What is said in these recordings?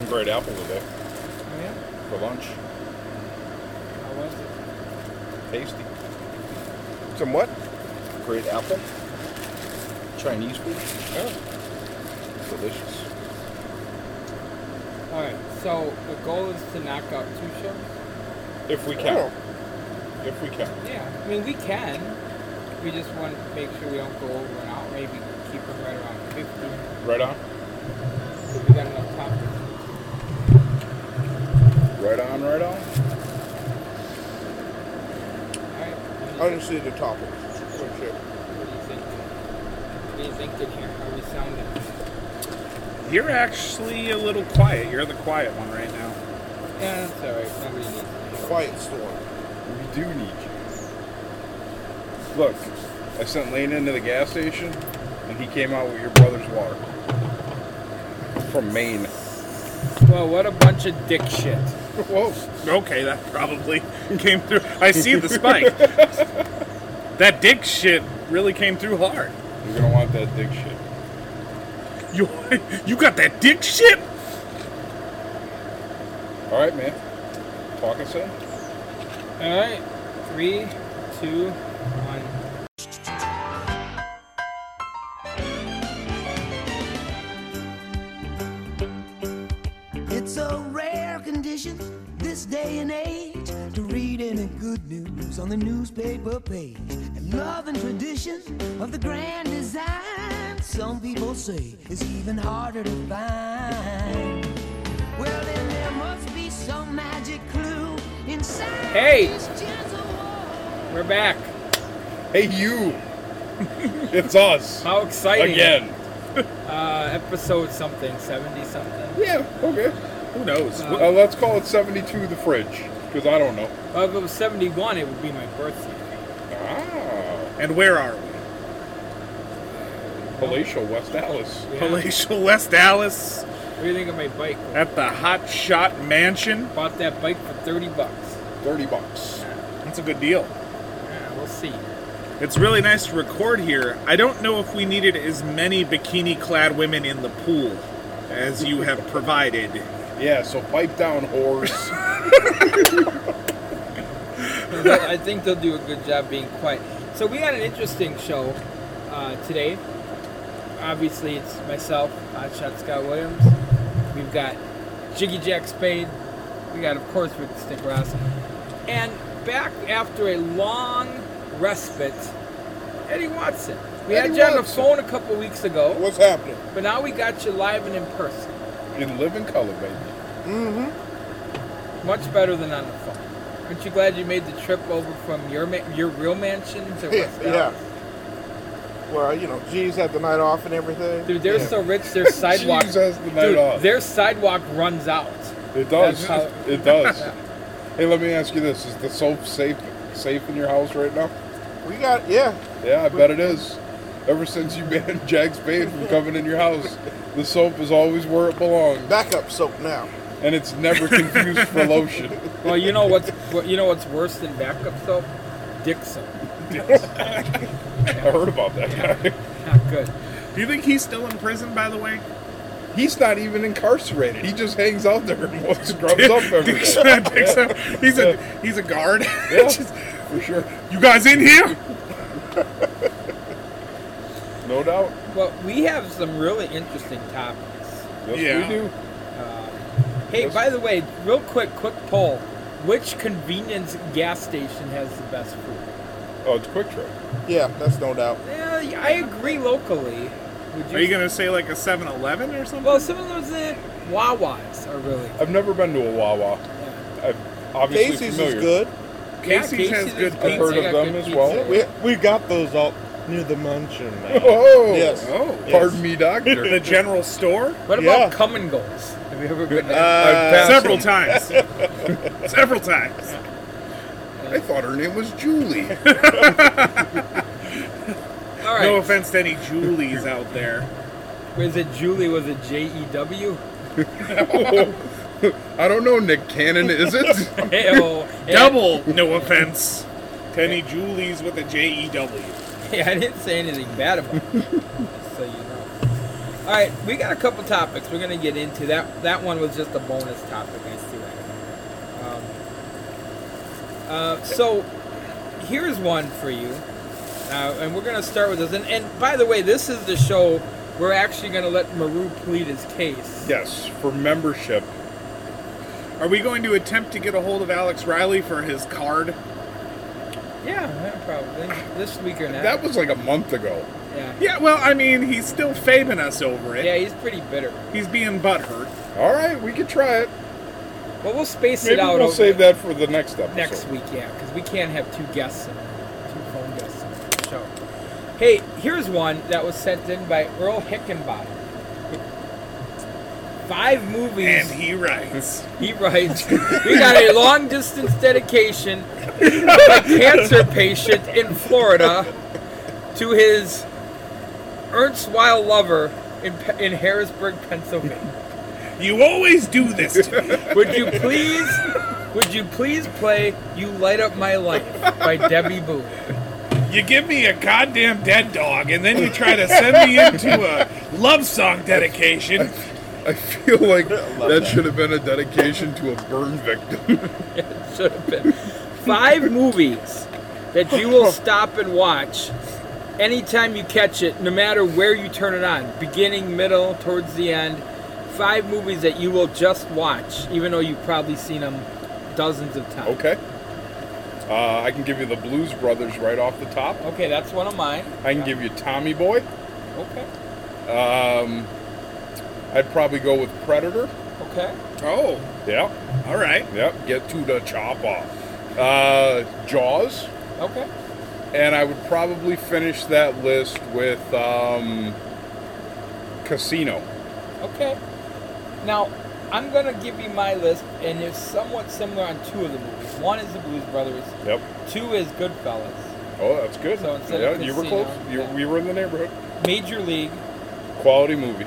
at Apple today Yeah, for lunch. how was it? Tasty. Some what? Great apple. Chinese food. Oh, Delicious. All right, so the goal is to knock out two shows. If we can. oh. If we can. Yeah, I mean we can. We just want to make sure we don't go over an hour. Maybe keep them right around fifty. Right on. So we got enough topics. Right on, right on. All right. What do you think? honestly, the topics. Good shit. What do you think? What do you think in here? How we sounding? You're actually a little quiet. You're the quiet one right now. Yeah, that's all right. Nobody needs to hear. Quiet storm. We do need you. Look, I sent Lane into the gas station and he came out with your brother's water. From Maine. Well, what a bunch of dick shit. Whoa. Okay, that probably came through. I see the spike. that dick shit really came through hard. You're gonna want that dick shit. You, you got that dick shit? Alright, man. Talking soon. All right, three, two, one. It's a rare condition this day and age to read any good news on the newspaper page. And love and tradition of the grand design, some people say, is even harder to find. Well, then there must be some magic clue inside Hey! this gentle world. We're back. Hey you! it's us. How exciting! Again. Uh, episode something, seventy something. Yeah, okay. Who knows? Uh, let's call it 72 the fridge, because I don't know. Well, if it was seventy-one, it would be my birthday. Ah, And where are we? Palatial, West Dallas. Yeah. Palatial West Dallas What do you think of my bike? at the Hot Shot Mansion. Bought that bike for thirty bucks. 30 bucks. That's a good deal. Yeah, we'll see. It's really nice to record here. I don't know if we needed as many bikini clad women in the pool as you have provided. Yeah, so pipe down, whores. But I think they'll do a good job being quiet. So we got an interesting show uh, today. Obviously, it's myself, Hotshot Scott Williams. We've got Jiggy Jack Spade. We got, of course, Rick the Stick Ross. And back after a long respite, Eddie Watson. We Eddie had you on the Watson. phone a couple weeks ago, What's happening? but now we got you live and in person. in living color, baby. Much better than on the phone. Aren't you glad you made the trip over from your ma- your real mansion to Yeah. West yeah. Dallas? Well, you know, G's had the night off and everything. Dude, they're yeah. so rich. Their sidewalk, Jesus, the night dude, off. their sidewalk runs out. It does. That's how- it does. hey, let me ask you this. Is the soap safe safe in your house right now? We got, yeah. Yeah, I bet it is. Ever since you banned Jack Spade from coming in your house, the soap is always where it belongs, Backup soap now. and it's never confused for lotion. Well, you know what's what, you know what's worse than backup soap? Dixon. I heard about that guy. Not good. Do you think he's still in prison, by the way? He's not even incarcerated. He just hangs out there and scrubs up every Dixon, day. Dixon, he's a he's a guard. Yeah, Just, for sure. you guys in here? No doubt. Well, we have some really interesting topics. Um, Yes, Yeah. we do. Hey, by the way, real quick, quick poll: Which convenience gas station has the best food? Oh, it's Quick Trip. Yeah, that's no doubt. Yeah, I agree. Locally, would you? Are you gonna say like a 7-Eleven or something? well, some of those uh, Wawas are really. I've never been to a Wawa. I'm obviously Casey's familiar. is good. Casey's has good is pizza. I've heard They of got them good as well. pizza. We, We got those out near the mansion. Now. Oh, Yes. oh, Yes. pardon me, doctor. the general store? What Yeah. about come and goes? Have you ever been there? Uh, I passed Several him. times. Several times. I thought her name was Julie. All right. No offense to any Julies out there. Was it Julie? Was it J E W? I don't know, Nick Cannon, is it? Hey-oh. Yeah, Double no offense to any Julies with a J E W. Yeah, I didn't say anything bad about it. just so you know. All right, we got a couple topics we're gonna get into. That that one was just a bonus topic. I see that. Um, uh, so here's one for you, uh, and we're gonna start with this. And, and by the way, this is the show we're actually gonna let Maru plead his case. Yes, for membership. Are we going to attempt to get a hold of Alex Riley for his card? Yeah, yeah, probably this week or next. That was like a month ago. yeah. Yeah, well, I mean, he's still fabing us over it. Yeah, he's pretty bitter, He's being butthurt. All right, we could try it. but we'll space Maybe it out. we'll over save that for the next episode. next week, yeah, because we can't have two guests, in, two phone guests in the show. Hey, here's one that was sent in by Earl Hickenbottom. Five movies. And he writes. He writes, We got a long distance dedication by a cancer patient in Florida to his erstwhile lover in, Pe- in Harrisburg, Pennsylvania. You always do this to me. Would you please, would you please play You Light Up My Life by Debbie Boone? You give me a goddamn dead dog, and then you try to send me into a love song dedication. I feel like that, Love that. should have been a dedication to a burn victim. should have been five movies that you will stop and watch anytime you catch it, no matter where you turn it on, beginning, middle, towards the end. Five movies that you will just watch, even though you've probably seen them dozens of times. okay. Uh, I can give you the Blues Brothers right off the top. Okay, that's one of mine. I can give you Tommy Boy. Okay. Um, I'd probably go with Predator. Okay. Oh, Yeah, all right. yep. Get to the chopper. Uh, Jaws. Okay. And I would probably finish that list with um, Casino. Okay. Now, I'm gonna give you my list, and it's somewhat similar on two of the movies. One is The Blues Brothers. Yep. Two is Goodfellas. Oh, that's good. So instead yeah, of you were Casino, close. You, yeah. We were in the neighborhood. Major League. Quality movie.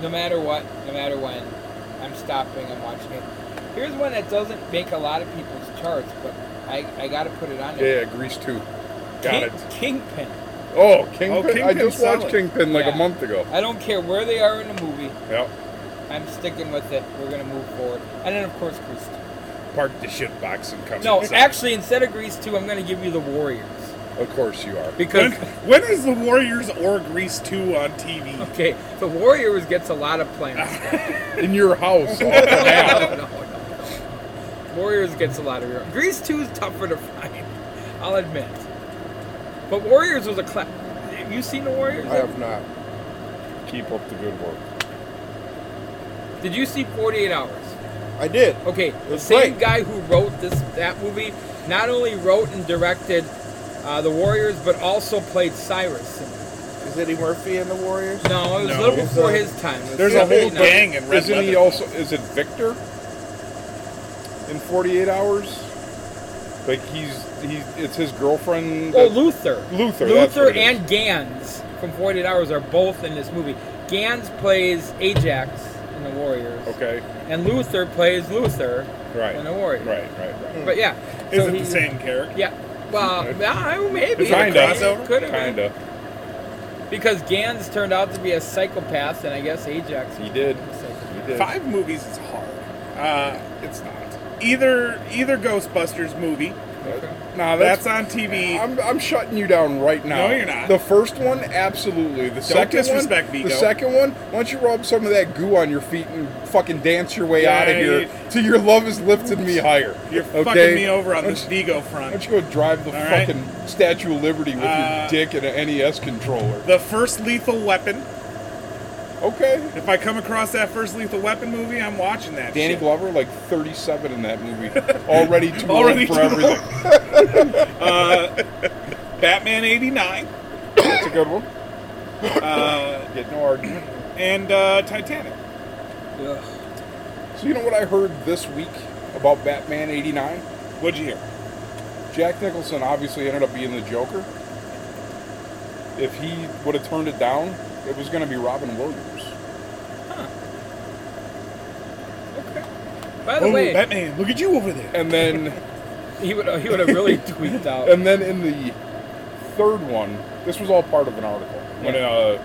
no matter what, no matter when, I'm stopping, I'm watching it. Here's one that doesn't make a lot of people's charts, but I, I gotta put it on there. Yeah, Grease 2. Got King- it. Kingpin. Oh, Kingpin. I Kingpin's just watched solid. Kingpin like Yeah. a month ago. I don't care where they are in the movie, Yep. I'm sticking with it. We're gonna move forward. And then, of course, Grease 2. Park the shit box and come. No, inside. actually, instead of Grease 2, I'm gonna give you The Warriors. Of course you are. Because, When, when is the Warriors or Grease 2 on TV? okay, The Warriors gets a lot of planets. In your house. no, no, no, no. Warriors gets a lot of your Grease 2 is tougher to find, I'll admit. But Warriors was a class. Have you seen the Warriors? I have not. Keep up the good work. Did you see 48 Hours? I did. Okay, the was same great. guy who wrote this that movie not only wrote and directed uh, the Warriors, but also played Cyrus. Is Eddie Murphy in the Warriors? No, it was a No. little before So- his time. It was There's a whole 49. gang in Red Isn't he Leather. also? Is it Victor? In 48 hours, like he's he's it's his girlfriend. Oh, that- Luther. Luther, that's Luther what it is. and Gans from 48 Hours are both in this movie. Gans plays Ajax in the Warriors, okay, and Luther plays Luther right, in the Warriors. right, right, right. But yeah, Is it he- the same character? Yeah. Well, no, maybe Kinda, could have been. kinda. because Gans turned out to be a psychopath, and I guess Ajax. He did. He did. Five movies is hard. Uh, it's not. Either either Ghostbusters movie. No, that's, on TV. I'm, I'm shutting you down right now. No, you're not. The first one, absolutely. The second disrespect one, me, the Go. second one. Why don't you rub some of that goo on your feet and fucking dance your way Yeah, out of here you- till your love has lifted me higher? You're okay? fucking me over on Why this don't Vigo Why front. don't you go drive the All right. fucking Statue of Liberty with Uh, your dick and an NES controller? The first Lethal Weapon. Okay. If I come across that first Lethal Weapon movie, I'm watching that. Danny shit. Glover, like 37 in that movie, already too Already old for too old. everything. Batman '89, That's a good one. uh, Get no argument. and uh, Titanic. Ugh. So you know what I heard this week about Batman '89? What'd you hear? Jack Nicholson obviously ended up being the Joker. If he would have turned it down, it was going to be Robin Williams. By the Oh, way, Oh, Batman! Look at you over there. And then, he would he would have really tweaked out. and then in the third one, this was all part of an article when uh,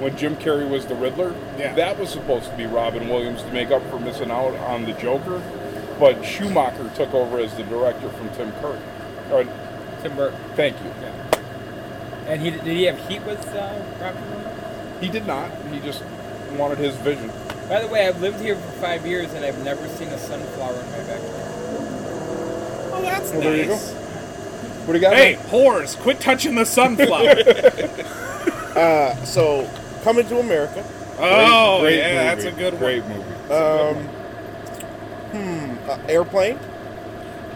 when Jim Carrey was the Riddler. Yeah. That was supposed to be Robin Williams to make up for missing out on the Joker, but Schumacher took over as the director from Tim Curry. Or, Tim Burton. thank you. And he did he have heat with uh, Robin Williams? He did not. He just wanted his vision. By the way, I've lived here for five years and I've never seen a sunflower in my backyard. Oh, that's Well, nice. there you go. What do you got? Hey, there? whores, quit touching the sunflower. So, coming to America. oh, Great yeah, movie. that's a good Great one. movie. Um, hmm, uh, airplane.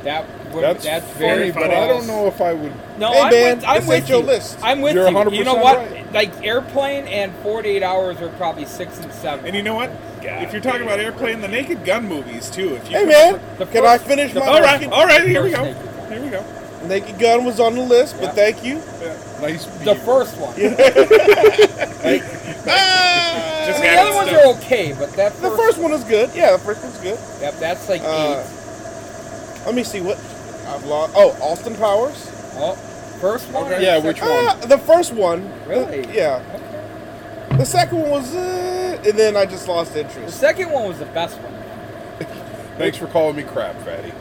That would, That's, that's, very very funny, but I don't know if I would. No, Hey, I'm man, with, I'm this with ain't your you. list. I'm with You're you. You know 100% what? right. Like airplane and 48 hours are probably six and seven. And you know what? if you're talking about airplane, the Naked Gun movies too. If you Hey, man, The can I first- finish the my all right, naked, all right, here we First go. Naked Gun. Here we go. naked gun was on the list? But Yeah. thank you. Nice. the beat. first one. Just The added other ones stuff. are okay, but that first, The first one is good. Yeah, the first one's good. Yep, that's like Uh, eight. Let me see what I've lost. Oh, Austin Powers. Oh, first one. or Yeah, second which one? Ah, the first one. Really? Yeah. Okay. The second one was, uh, and then I just lost The interest. second one was the best one. Thanks for calling me crap, fatty.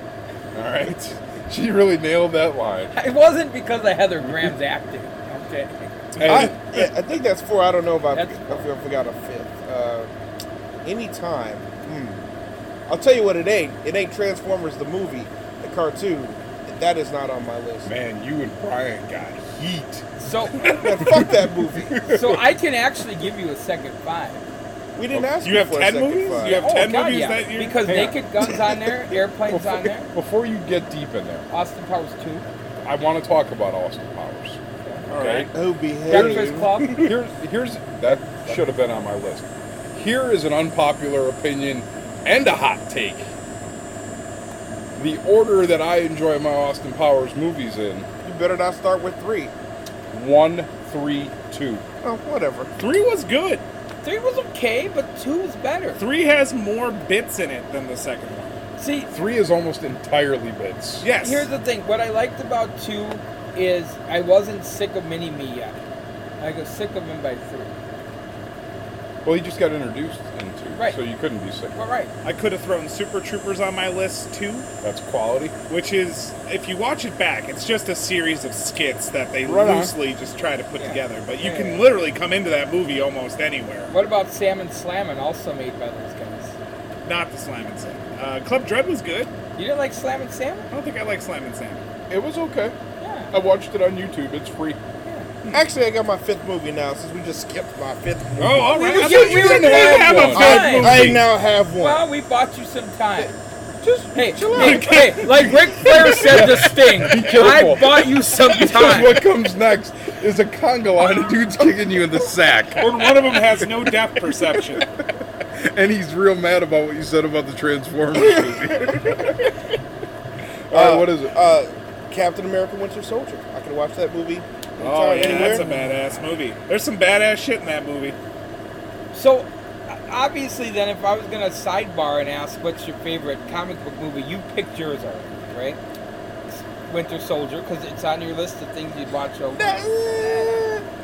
All right. She really nailed that line. It wasn't because of Heather Graham's acting. Okay. Hey, I, yeah, I think that's four. I don't know if I, That's I feel I forgot a fifth. Uh, anytime. Hmm. I'll tell you what it ain't. It ain't Transformers the movie, the cartoon. That is not on my list. man, you and Brian got heat. So, Man, fuck that movie. so I can actually give you a second five. We didn't ask Oh, You have for a 10 second movies? five. You have- Oh 10 God, movies yeah. that year? Because Hang on. Naked Guns on there, Airplanes Before, on there, before you get deep in there, Austin Powers Two, I want to talk about Austin Powers. All right. Oh, behave. Breakfast Club. Here's here's that should have been on my list. Here is an unpopular opinion and a hot take. The order that I enjoy my Austin Powers movies in: You better not start with three. one, three, two. Oh, whatever. Three was good. Three was okay, but two was better. Three has more bits in it than the second one. See, Three is almost entirely bits. Yes. Here's the thing. What I liked about two is I wasn't sick of Mini Me yet. I got sick of him by three. Well, he just got introduced into, Right. so you couldn't be sick. All right. I could have thrown Super Troopers on my list too, That's quality. which is if you watch it back, it's just a series of skits that they Right on. loosely just try to put Yeah. together. But you Yeah, can yeah. literally come into that movie almost anywhere. What about Salmon Slammin', also made by those guys? Not the Slam and Sam. Uh, Club Dread was good. You didn't like Slammin' Salmon? I don't think I like Slam and Sam. It was okay. I Yeah. watched it on YouTube. It's free. Actually, I got my fifth movie now since we just skipped my fifth movie. Oh, all We right. were I thought shooting you you in didn't the have head a one bad time. movie. I now have one. Well, we bought you some time. Just Hey, hey, hey, like Ric Flair said to Sting, careful. I bought you some Because time. what comes next is a conga line of dudes kicking you in the sack. Or one of them has no depth perception. And he's real mad about what you said about the Transformers movie. All right, what is it? Uh, Captain America: Winter Soldier. I could watch that movie. anytime, Oh, yeah, anywhere. that's a badass movie. There's some badass shit in that movie. So, obviously, then, if I was going to sidebar and ask what's your favorite comic book movie, you picked yours already, right? Winter Soldier, because it's on your list of things you'd watch over. That-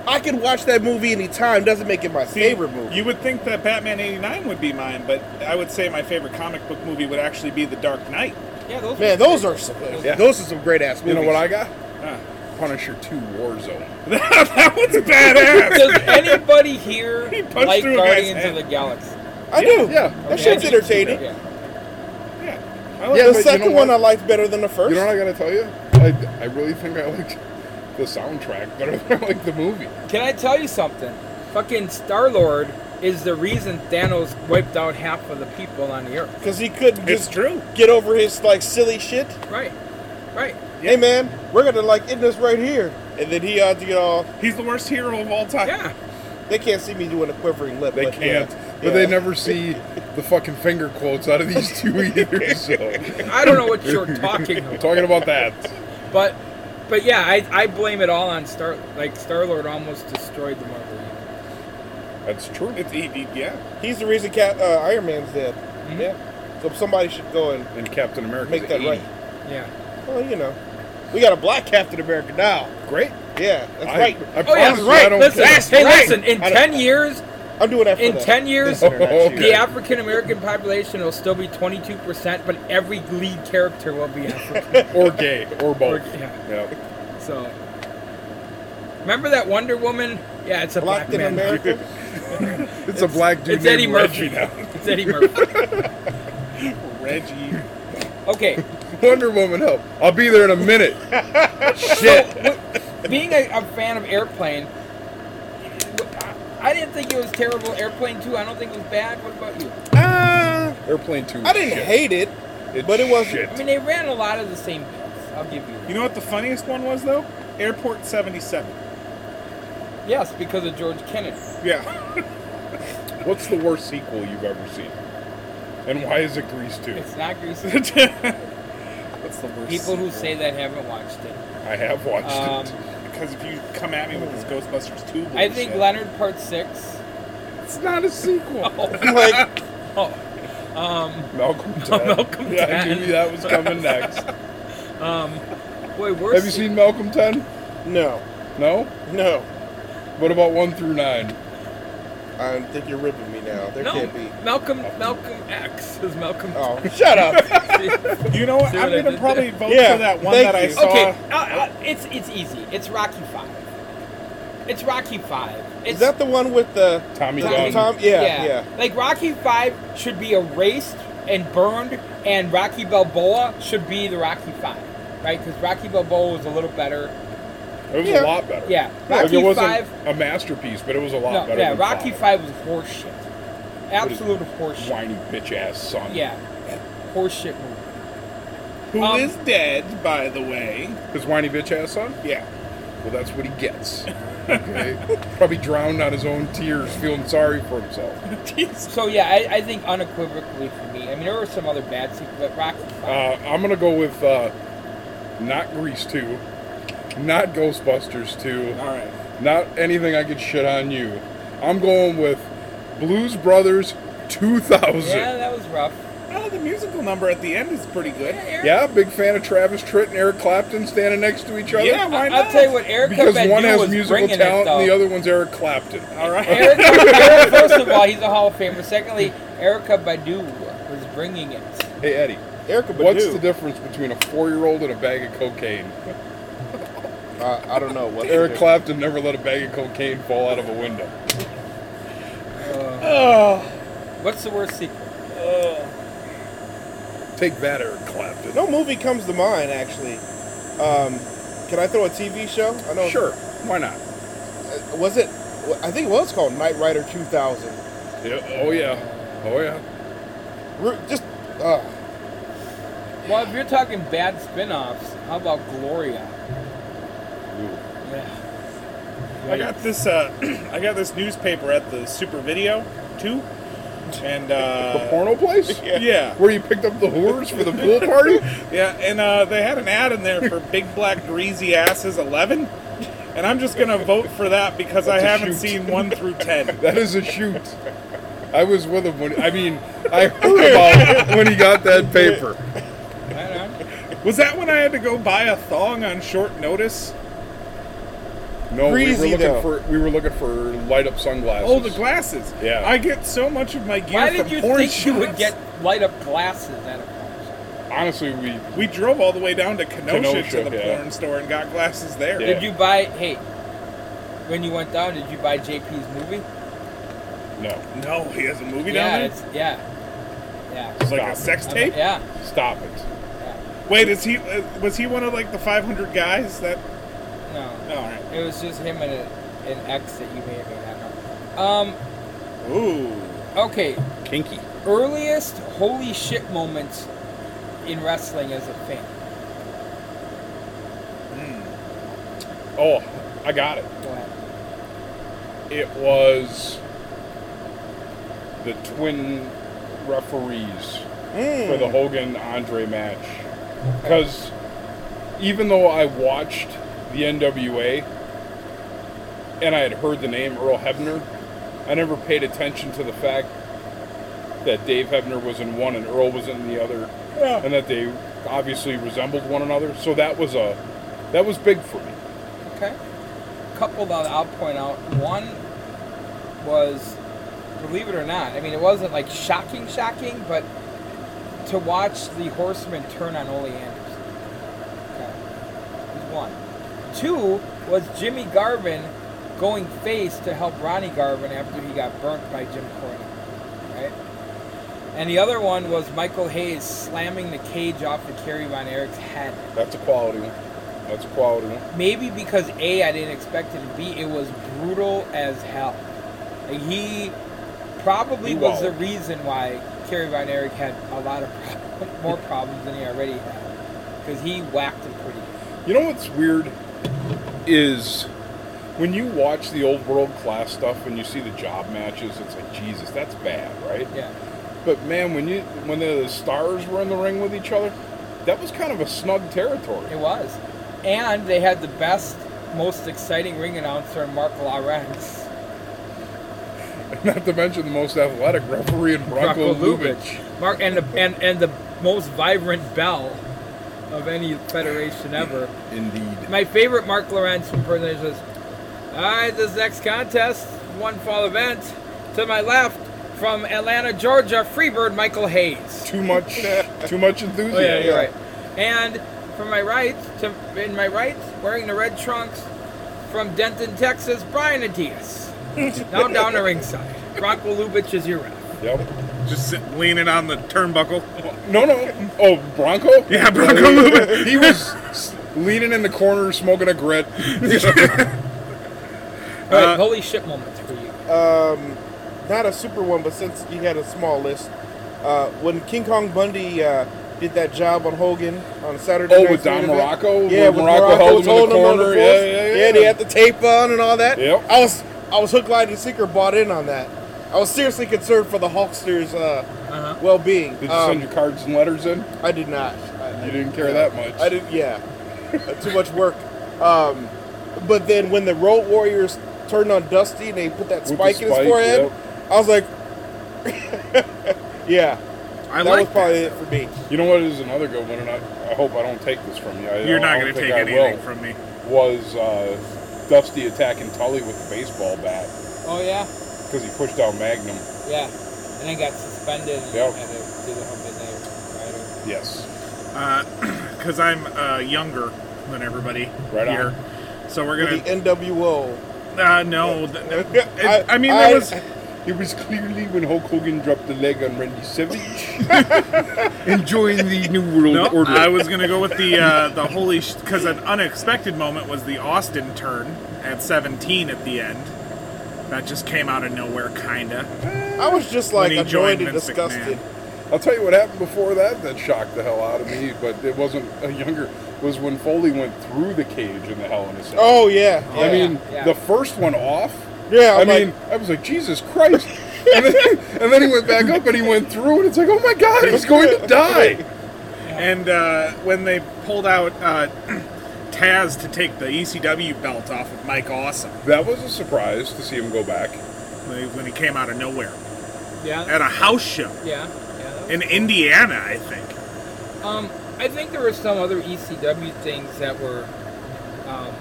I could watch that movie anytime. Doesn't make it my See, favorite movie. You would think that Batman 89 would be mine, but I would say my favorite comic book movie would actually be The Dark Knight. Yeah, those Man, those are some, Yeah. those are some great ass movies. You know what I got? Huh. Punisher 2 Warzone. that one's badass. Does anybody here He punched like through a guy's Guardians hand. of the Galaxy? I do. Yeah. that shit's entertaining. Yeah. yeah. I Yeah, the but you second know one I what? liked better than the first. You know what I gotta tell you? I, I really think I like the soundtrack better than I like the movie. Can I tell you something? Fucking Star Lord is the reason Thanos wiped out half of the people on the earth. Because he couldn't It's just true. get over his like silly shit. Right. Right. Hey man, we're gonna like end this right here, and then he ought to get all. He's the worst hero of all time. Yeah. They can't see me doing a quivering lip. They but, can't. yeah. But they Yeah. never see the fucking finger quotes out of these two eaters. So. I don't know what you're talking about. Talking about that. But but yeah, I, I blame it all on Star like Star Lord almost destroyed the Marvel universe. That's true. It's, he, he- yeah. He's the reason Cat, uh, Iron Man's dead. Mm-hmm. Yeah. So somebody should go and And Captain America. make that right. Yeah. Well, you know, we got a black Captain America now. Great. Yeah, that's I, right. I Oh yeah, promise you, I don't listen, care. hey, right. listen. In I don't- ten years, I'm doing that for in the- ten years, listener, not you. the African American population will still be twenty-two percent, but every lead character will be African. Or gay, or both. Or- yeah. yeah. so, remember that Wonder Woman? Yeah, it's a black, Black in man. America. It's, a black dude it's Eddie named Murphy. Reggie now. It's Eddie Murphy. Reggie. Okay, Wonder Woman, help! I'll be there in a minute. Shit. being a, a fan of Airplane, I- I didn't think it was terrible. Airplane two, I don't think it was bad. What about you? Ah, Airplane two. I didn't shit. hate it, It's but it wasn't. Oh, shit. I mean, they ran a lot of the same beats. I'll give you. that. You know what the funniest one was though? Airport 77. Yes, because of George Kennedy. Yeah. What's the worst sequel you've ever seen? And why is it Grease two? It's not Grease. That's the worst. People who say that haven't watched it. I have watched Um, it. because if you come at me with this Ghostbusters 2 I think bullshit- Leonard Part Six. It's not a sequel. Oh, Like, oh. Um, Malcolm. 10. Malcolm yeah, I 10. knew that was coming next. um, boy, worse. have you seen Malcolm Ten? no, No. no. What about one through nine? I think you're ripping me now. There No, can't be. Malcolm. Malcolm X is Malcolm. Oh, shut up. You know what? See I'm what I gonna did probably vote Yeah, for that one thank that I you. saw. okay, uh, uh, it's it's easy. It's Rocky Five. It's Rocky Five. It's, Is that the one with uh, the? Tommy Is that Gunn. the Tom? Yeah, yeah. Like Rocky Five should be erased and burned, and Rocky Balboa should be the Rocky Five, right? Because Rocky Balboa was a little better. It was Yeah. a lot better. Yeah, Like, Rocky it wasn't Five. a masterpiece, but it was a lot No, better. yeah, than Rocky five. Five was horseshit. Absolute horseshit. Whiny bitch ass son. Yeah, horseshit movie. Who Um, is dead, by the way? His whiny bitch ass son. Yeah. Well, that's what he gets. Okay. Probably drowned on his own tears, feeling sorry for himself. Jeez. So yeah, I, I think unequivocally for me. I mean, there were some other bad sequels, but Rocky Uh, Five. I'm gonna go with uh, not Grease two, not Ghostbusters two, All right. not anything I could shit on you. I'm going with Blues Brothers 2000. yeah, that was rough. Oh, the musical number at the end is pretty good. Eric- Yeah, big fan of Travis Tritt and Eric Clapton standing next to each other. Yeah, I- why not? I'll tell you what, Erica because Badu one has was musical bringing it, talent though. and the other one's Eric Clapton. All right. Erica, Eric, first of all, he's a Hall of Famer. Secondly, Erica Badu was bringing it. Hey Eddie, Erica Badu. what's the difference between a four-year-old and a bag of cocaine? Uh, I don't know what. Eric Clapton never let a bag of cocaine fall out of a window. Oh, What's the worst sequel? Take that, Eric Clapton. No movie comes to mind actually. Um, can I throw a TV show? I know. Sure, why not? uh, Was it? I think it was called Knight Rider 2000. Yeah, oh yeah, oh yeah. Ru- Just. Uh, Well, if you're talking bad spin-offs, how about Gloria? Yeah. I got this. Uh, I got this newspaper at the Super Video too, and uh, The porno place? Yeah. Where you picked up the whores for the pool party? Yeah, and uh, they had an ad in there for Big Black Greasy Asses 11, and I'm just gonna vote for that because That's a I haven't shoot. seen one through ten. That is a shoot. I was with him when I mean I heard about it when he got that paper. I don't know. Was that when I had to go buy a thong on short notice? No, we Greasy, were looking though. for we were looking for light up sunglasses. Oh, the glasses. Yeah. I get so much of my gear Why from did you porn think you would shops. get light up glasses at a porn shop? Honestly, we We drove all the way down to Kenosha, Kenosha, to the yeah. porn store and got glasses there. Yeah. Did you buy? Hey, when you went down, did you buy JP's movie? no. No, he has a movie yeah, down there. it's yeah, yeah. It's like a Stop sex tape. Yeah, Stop it. yeah. Wait, is he? uh, Was he one of like the 500 guys that? No, No, all right. it was just him and a, an ex that you may or may not know. Um, Ooh. okay. Kinky. Earliest holy shit moments in wrestling as a fan. Oh, I got it. Go ahead. It was the twin referees for the Hogan Andre match. Because even though I watched the NWA and I had heard the name Earl Hebner, I never paid attention to the fact that Dave Hebner was in one and Earl was in the other, Yeah. and that they obviously resembled one another. So that was a that was big for me. Okay. couple that I'll point out. One was, believe it or not, I mean, it wasn't like shocking, shocking, but to watch the horseman turn on Ole Anderson. Okay. was One. Two was Jimmy Garvin going face to help Ronnie Garvin after he got burnt by Jim Cornette. Right? And the other one was Michael Hayes slamming the cage off of Kerry Von Erich's head. That's a quality one. That's a quality one. Maybe because A, I didn't expect it, and B, it was brutal as hell. Like, he probably He was the wallowed. reason why Kerry Von Erich had a lot of prob- more problems than he already had. Because he whacked him pretty good. You know what's weird is when you watch the old world class stuff and you see the job matches, it's like Jesus, that's bad, right? Yeah. But man, when you when the stars were in the ring with each other, that was kind of a snug territory. It was. And they had the best, most exciting ring announcer, Mark LaRenz. Not to mention the most athletic referee in Bronco, Lubitsch. Mark and the and, and the most vibrant bell of any federation ever. Indeed. My favorite Mark Lorenz from Portland is Alright, this next contest, one fall event. To my left, from Atlanta, Georgia, Freebird Michael Hayes. Too much too much enthusiasm. Oh yeah, you're right. And from my right to in my right, wearing the red trunks, from Denton, Texas, Brian Adias. now down to ringside. Bronco Lubitsch is your ref. Yep. Just sit, leaning on the turnbuckle. No, no. Oh, Bronco? Yeah, Bronco Lubitsch. He was s- leaning in the corner, smoking a grit. All right, holy shit moments for you. not a super one, but since you had a small list, uh, when King Kong Bundy uh, did that job on Hogan on Saturday Oh, night, with Don main event, Morocco? yeah, When when Morocco Morocco, held was him in the holding him on the corner? corner, Yeah, yeah, yeah. they had the tape on and all that. Yep. I was I was hook, line, and sinker bought in on that. I was seriously concerned for the Hulkster's uh, Uh-huh. well-being. Did you Um, send your cards and letters in? I did not. I, You didn't care that much. I didn't. Yeah, Uh, too much work. Um, but then when the Road Warriors turned on Dusty and they put that With the spike in his spike, forehead, yep. I was like, yeah, I that like was probably it for me. You know what is another good one, and I, I hope I don't take this from you. I, that. You're I not don't going to think take I anything will. from me. Was uh, Dusty attacking Tully with a baseball bat Oh yeah, because he pushed out Magnum? yeah. And then got suspended and Yep. had to do the whole midnight rider. Yes. Because I'm uh, younger than everybody Right on. here. So we're The going to. NWO. Uh, no. th- th- I- it- I mean, there I- was. It was clearly when Hulk Hogan dropped the leg on Randy Savage, enjoying the New World No, Order. I was gonna go with the uh, the holy because an unexpected moment was the Austin turn at 17 at the end. That just came out of nowhere, kinda. I was just like he annoyed joined and Vince disgusted. I'll tell you what happened before that that shocked the hell out of me, but it wasn't a younger. Was when Foley went through the cage in the Hell in a Cell. Oh yeah, I yeah, mean, yeah. the first one off. Yeah, I I'm mean, I was like, Jesus Christ. and, then, and then he went back up and he went through, and it's like, oh my God, he's going to die. And uh, when they pulled out uh, Taz to take the ECW belt off of Mike Awesome, That was a surprise to see him go back. when he- when he came out of nowhere Yeah, at a house show yeah, yeah. in Indiana, I think. Um, I think there were some other ECW things that were, um,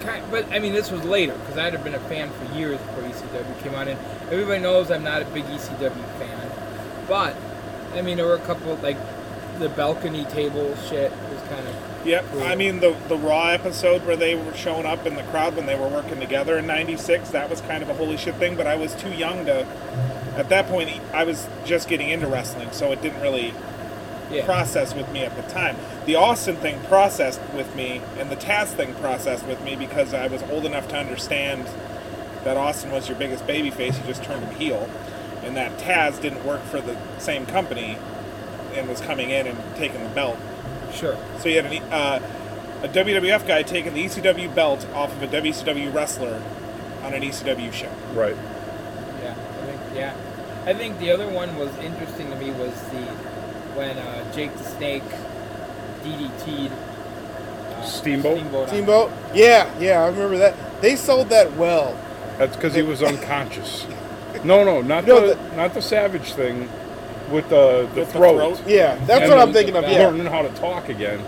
kind, but I mean, this was later because I'd have been a fan for years before ECW came out, and everybody knows I'm not a big ECW fan. But I mean, there were a couple like the balcony table shit was kind of Yep, Cool. I mean the the Raw episode where they were showing up in the crowd when they were working together in '96. That was kind of a holy shit thing, but I was too young to. At that point, I was just getting into wrestling, so it didn't really yeah. process with me at the time. The Austin thing processed with me, and the Taz thing processed with me because I was old enough to understand that Austin was your biggest babyface. You just turned him heel, and that Taz didn't work for the same company and was coming in and taking the belt. sure. So you had an, E- uh, a WWF guy taking the ECW belt off of a WCW wrestler on an ECW show. Right. Yeah, I think yeah. I think the other one was interesting to me was the when uh, Jake the Snake DDT'd uh, Steamboat? Steamboat. on- Steamboat. Yeah, yeah, I remember that. They sold that well. That's because he was unconscious. No, no, not No, the, the- not the savage thing with uh, the the With the throat. throat? Yeah, that's And what then I'm thinking of. Yeah, Learning how to talk again,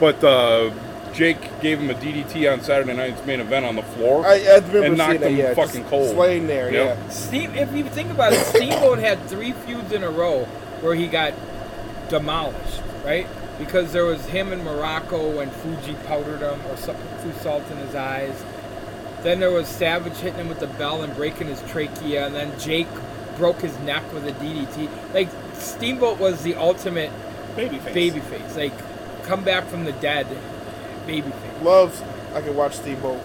but uh, Jake gave him a DDT on Saturday night's main event on the floor. I, I remember And knocked seeing that, him yeah, fucking just cold. Slain there, Yep. yeah. Steve, if you think about it, Steamboat had three feuds in a row where he got demolished, right? Because there was him in Morocco when Fuji powdered him or some- threw salt in his eyes. Then there was Savage hitting him with the bell and breaking his trachea, and then Jake broke his neck with a DDT. Like Steamboat was the ultimate Babyface. babyface, like come back from the dead, babyface. Loves. I could watch Steamboat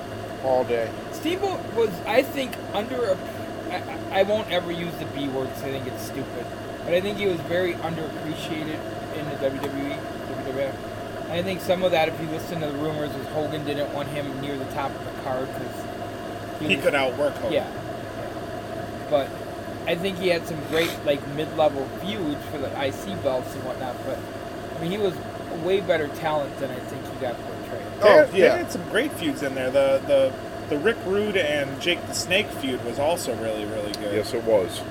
all day. Steamboat was, I think, under. I, I- I won't ever use the B word 'cause I think it's stupid. But I think he was very underappreciated in the E, WWE, WWF. I think some of that, if you listen to the rumors, was Hogan didn't want him near the top of the card because He could outwork Hogan. Yeah. But I think he had some great like mid-level feuds for the IC belts and whatnot. But I mean, he was a way better talent than I think he got portrayed. There, Oh, yeah. They had some great feuds in there. The the the Rick Rude and Jake the Snake feud was also really really good. Yes, it was.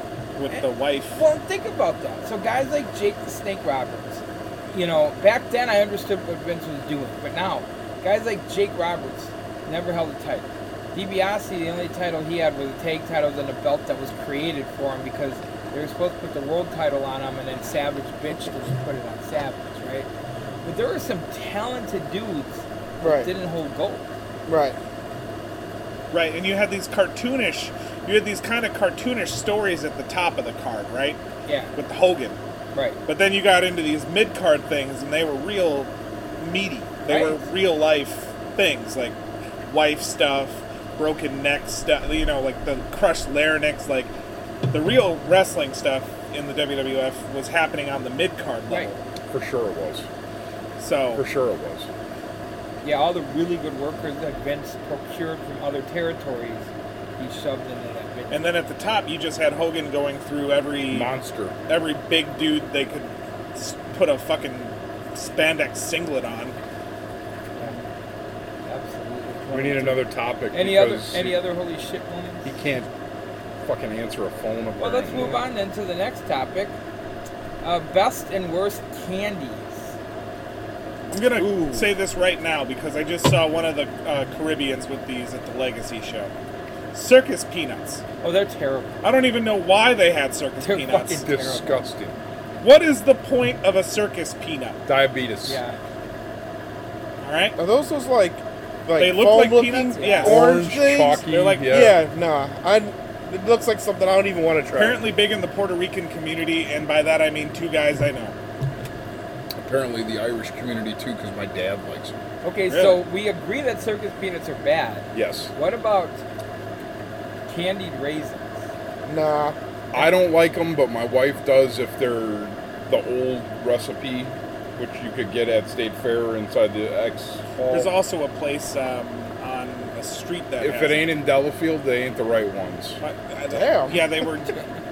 With the wife. Eh, Well, think about that. So guys like Jake the Snake Roberts, you know, back then I understood what Vince was doing, but now guys like Jake Roberts never held a title. DiBiase, the only title he had was a tag title and a belt that was created for him because they were supposed to put the world title on him, and then Savage bitched and just put it on Savage, right? But there were some talented dudes that Right. didn't hold gold. Right. Right, and you had these cartoonish, you had these kind of cartoonish stories at the top of the card, right? Yeah, With Hogan. right. But then you got into these mid card things, and they were real meaty. They were Right. real life things, like wife stuff, broken neck stuff, you know, like the crushed larynx. Like the real wrestling stuff in the WWF was happening on the mid card level. For sure it was. So For sure it was. Yeah, all the really good workers that Vince procured from other territories, he shoved into that Vince. And then at the top, you just had Hogan going through every Monster. every big dude they could s- put a fucking spandex singlet on. Yeah. Absolutely. We need another topic. Any other because any other holy shit moments? He can't fucking answer a phone. Apparently. Well, let's move on then to the next topic. Uh, best and worst candies. I'm gonna say this right now because I just saw one of the uh, Caribbeans with these at the Legacy show. Circus peanuts. Oh, they're terrible. I don't even know why they had circus They're peanuts. fucking- Disgusting. What is the point of a circus peanut? Diabetes. Yeah. All right, Are those those like like They look foam like looking peanuts? Yes. orange, Orange, things? chalky. They're like- yeah. Yeah. nah. I it looks like something I don't even want to try. apparently big in the Puerto Rican community, and by that I mean two guys I know. Apparently the Irish community too, because my dad likes them. Okay, Really? so we agree that circus peanuts are bad. Yes. What about candied raisins? Nah. I don't like them, but my wife does if they're the old recipe, which you could get at State Fair inside the X Hall. There's also a place um, on a street that Oh. if has it ain't in Delafield, they ain't the right ones. I- I- Damn. Yeah, they were.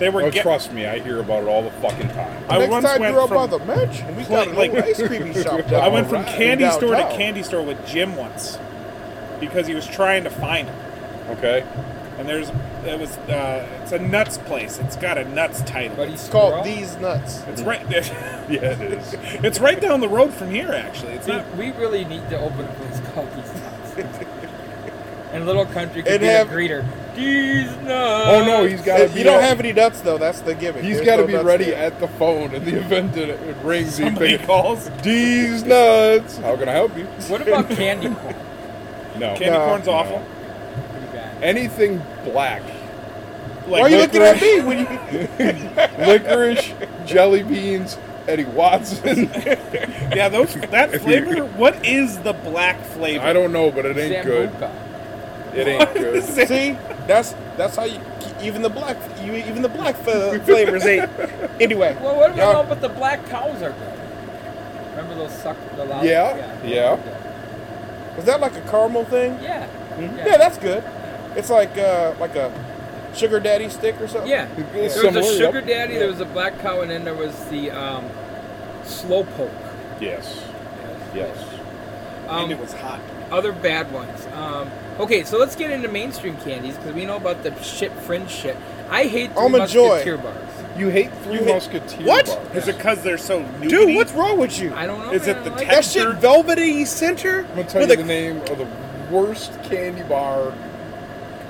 They were. Oh, get- trust me, I hear about it all the fucking time. I Next once time went you're up from- on the match, and we got an Like- old ice cream shop. down I went from right candy in store to downtown. candy store with Jim once because he was trying to find him. Okay. And there's it was uh, it's a nuts place. It's got a nuts title. But he's It's squirrel? called these nuts. It's right. Yeah, it is. it's right down the road from here. Actually, it's not. Dude, we really need to open a place called These Nuts. and Little Country could And be have- the greeter. These Nuts. Oh no, he's got to be. You don't at- have any nuts though. That's the gimmick. He's There's got to no be nuts ready there. at the phone in the event that it rings. He Somebody thinking, calls These nuts. How can I help you? What about candy corn? No. candy No. corn's awful. Pretty bad. Anything black, Like Why are you looking at licorice. me when you? licorice, jelly beans, Eddie Watson. yeah, those that flavor. What is the black flavor? I don't know, but it ain't good. Sambuca. It ain't good. Is it- See, that's that's how you even the black you even the black f- flavors ain't. Anyway, Well, what about y'all- all but the black cows are good? Remember those suckers? The loud, Yeah, yeah. was that like a caramel thing? Yeah. Yeah. Mm-hmm. Yeah, that's good. It's like uh, like a sugar daddy stick or something. Yeah. It's There was similar, a yep. sugar daddy, there was a black cow, and then there was the um, slowpoke. Yes. Yes. and Um, it was hot. other bad ones. Um, okay, so let's get into mainstream candies because we know about the shit fringe shit. I hate Three Almond Joy. Musketeer bars. You hate Three You hate- Musketeers. What? Is it because they're so new? Dude, what's wrong with you? I don't know. Is man, it I the like tech- that shit velvety center? I'm gonna tell with you a- the name of the worst candy bar,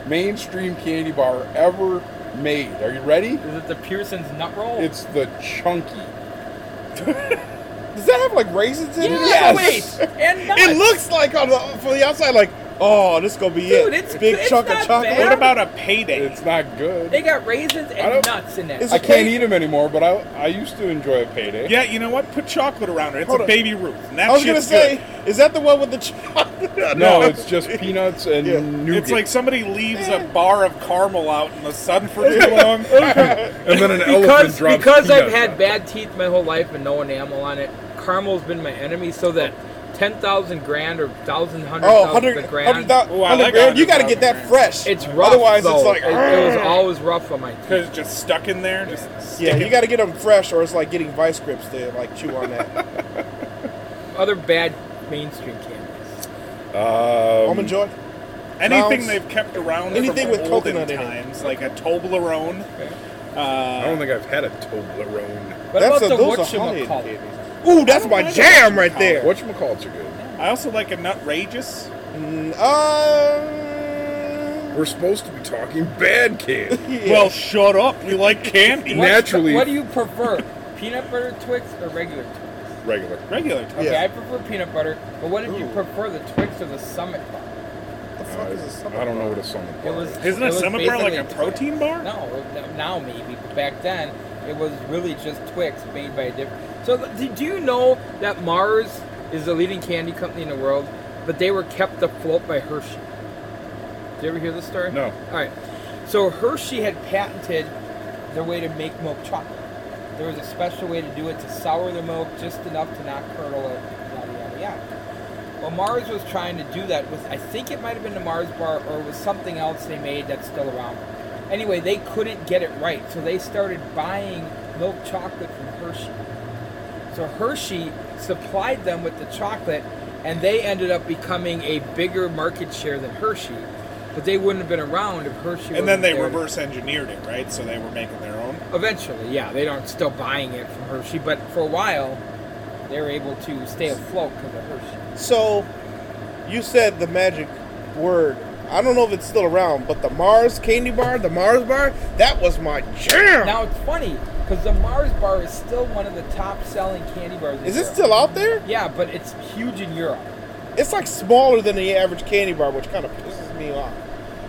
mainstream candy bar ever made. Are you ready? Is it the Pearson's nut roll? It's the Chunky. Does that have like raisins in it? yeah, yes! wait, and nuts. It looks like on the from the outside like, oh, this gonna be Dude, it. it's- Big it's chunk not of chocolate. bad. What about a payday? It's not good. They got raisins and don't- nuts in Is it. I can't cake. eat them anymore, but I, I used to enjoy a payday. yeah, you know what? Put chocolate around it. It's Hold a on. baby Ruth. And that I was gonna shit's say, good. is that the one with the chocolate? No, it's just peanuts and Yeah. nougat. It's like somebody leaves a bar of caramel out in the sun for too long. and then an elephant Because drops because I've peanuts had on it. bad teeth my whole life and no enamel on it. Caramel's been my enemy, so that ten thousand grand or thousand hundred Oh, thousand of 100, a grand. 100,000 Ooh, I 100 like grand. You gotta 100,000 get grand. that fresh. It's rough. Otherwise, though. it's like, it, it was always rough on my teeth. Because it's just stuck in there. Just Yeah, stick you it. gotta get them fresh, or it's like getting vice grips to like chew on that. Other bad mainstream candies. Um, Almond joy. anything Browns. they've kept around. Anything from with olden coconut in it. times, like a Toblerone. uh, I don't think I've had a Toblerone. What That's about a- the those are whatchamacallit? holiday Ooh, that's my jam right there. What you call are good? I also like a Nutrageous. Mm, Um, We're supposed to be talking bad candy. yeah. Well, shut up. We like candy. What? Naturally- What do you prefer, peanut butter Twix or regular? Twix? Regular. Regular. Twix. Okay, Yeah. I prefer peanut butter, but what did you Ooh. prefer, the Twix or the Summit bar? What the I, fuck is a summer I don't know bar? what a summit It bar was. is. Isn't it a was Summit bar like a basically protein bar? No, n- now maybe, but back then it was really just Twix made by a different. So th- did you know that Mars is the leading candy company in the world, but they were kept afloat by Hershey? Did you ever hear this story? No. All right. So Hershey had patented their way to make milk chocolate. There was a special way to do it to sour the milk just enough to not curdle it. Yada yada yada. Well, Mars was trying to do that with, I think it might have been the Mars bar or it was something else they made that's still around. Anyway, they couldn't get it right, so they started buying milk chocolate from Hershey. So Hershey supplied them with the chocolate, and they ended up becoming a bigger market share than Hershey. But they wouldn't have been around if Hershey. And then wasn't they there. reverse engineered it, right? So they were making their own. Eventually, yeah, they aren't still buying it from Hershey, but for a while, they were able to stay afloat because of Hershey. So, you said the magic word. I don't know if it's still around, but the Mars candy bar, the Mars bar, that was my jam. Now it's funny because the Mars bar is still one of the top-selling candy bars. in is it Europe. still out there? Yeah, but it's huge in Europe. It's like smaller than the average candy bar, which kind of pisses me off.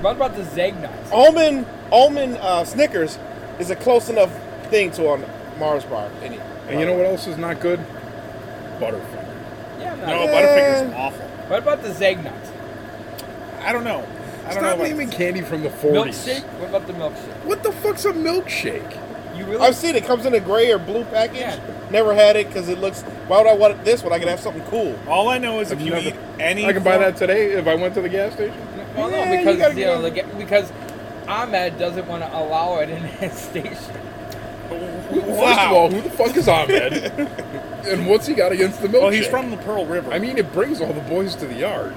What about the Zegnuts? Almond, almond uh, Snickers is a close enough thing to a Mars bar. Any, And you know what else is not good? Butterfly. Yeah, I'm not- No, Yeah. Butterfinger's awful. What about the Zegnuts? I don't know. I don't know. Stop about- naming candy from the 40s. Milkshake? What about the milkshake? What the fuck's a milkshake? You really? I've seen it comes in a gray or blue package. Yeah. Never had it because it looks. Why would I want this when I could have something cool? All I know is if I've you never- eat any, I can buy form- that today if I went to the gas station. well, Yeah, no, you because gotta you know, get- like, because Ahmed doesn't want to allow it in his station. First of Wow. all, who the fuck is Ahmed? and what's he got against the milkshake? Well, he's from the Pearl River. I mean, it brings all the boys to the yard.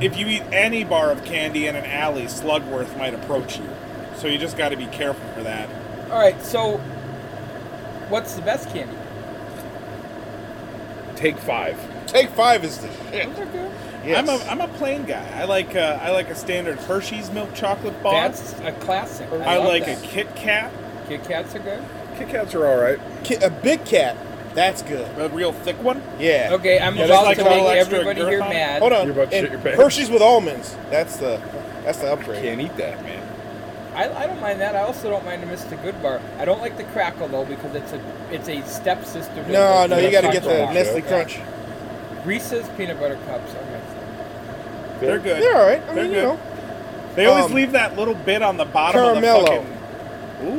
if you eat any bar of candy in an alley, Slugworth might approach you. So you just got to be careful for that. All right, so what's the best candy? Take five. Take five is the shit. Those are good. Yes. I'm a I'm a plain guy. I like uh, I like a standard Hershey's milk chocolate bar. That's a classic. I, I, love like that. a Kit Kat, Kit Kats are good. Kit Kats are all right. Ki- a big cat. That's good. a real thick one. Yeah. Okay, I'm Yeah, about that's to like make a little extra everybody girth here on it. mad. Hold on. You're about to And shit your pants. Hershey's with almonds. That's the that's the upgrade. Can't eat that, man. I, I don't mind that. I also don't mind a Mr. Good bar. I don't like the crackle though because it's a it's a step system. No, no, you got to That's get not the good. Nestle Okay. Crunch. Reese's peanut butter cups are my favorite. They're good. They're all right. I They're mean, you good. know, They always Um, leave that little bit on the bottom Caramello. of the fucking.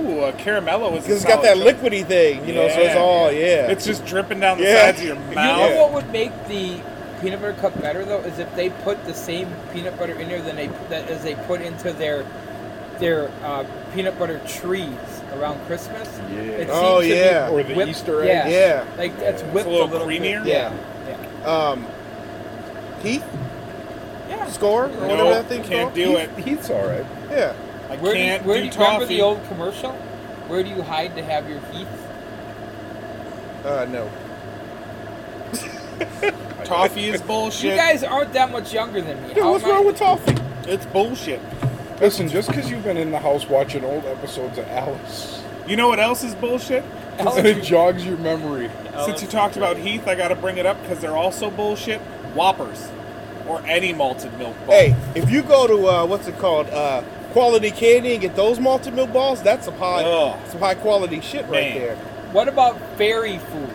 Ooh, a caramello is. a because it's got solid that choice. liquidy thing. You know, so it's Yeah. all yeah. It's just dripping down the Yeah. sides of your You You mouth. know what would make the peanut butter cup better though is if they put the same peanut butter in there than they that as they put into their their uh, peanut butter trees around Christmas. Yeah. It Oh, seems to be yeah. Or the whipped- Easter Yeah. eggs. Yeah. Like that's whipped little bit. creamier? Yeah. Yeah. Yeah. Um, Heath yeah. score or Nope, whatever that thing's can't called. do it. Heath's all right. Yeah. I Where do you, can't where do do you remember toffee. the old commercial? Where do you hide to have your heat? Uh, no. Toffee is You bullshit. guys aren't that much younger than me. Dude, How what's am I- wrong with toffee? it's bullshit. Listen, just because you've been in the house watching old episodes of Alice, You know what else is bullshit? and it jogs your memory. Oh, Since you talked about Heath, I gotta bring it up because they're also bullshit. Whoppers. Or any malted milk bar. Hey, if you go to uh, what's it called, uh, Quality Candy, and get those malted milk balls, that's some high, Ugh. some high quality shit right Man. there. What about fairy food?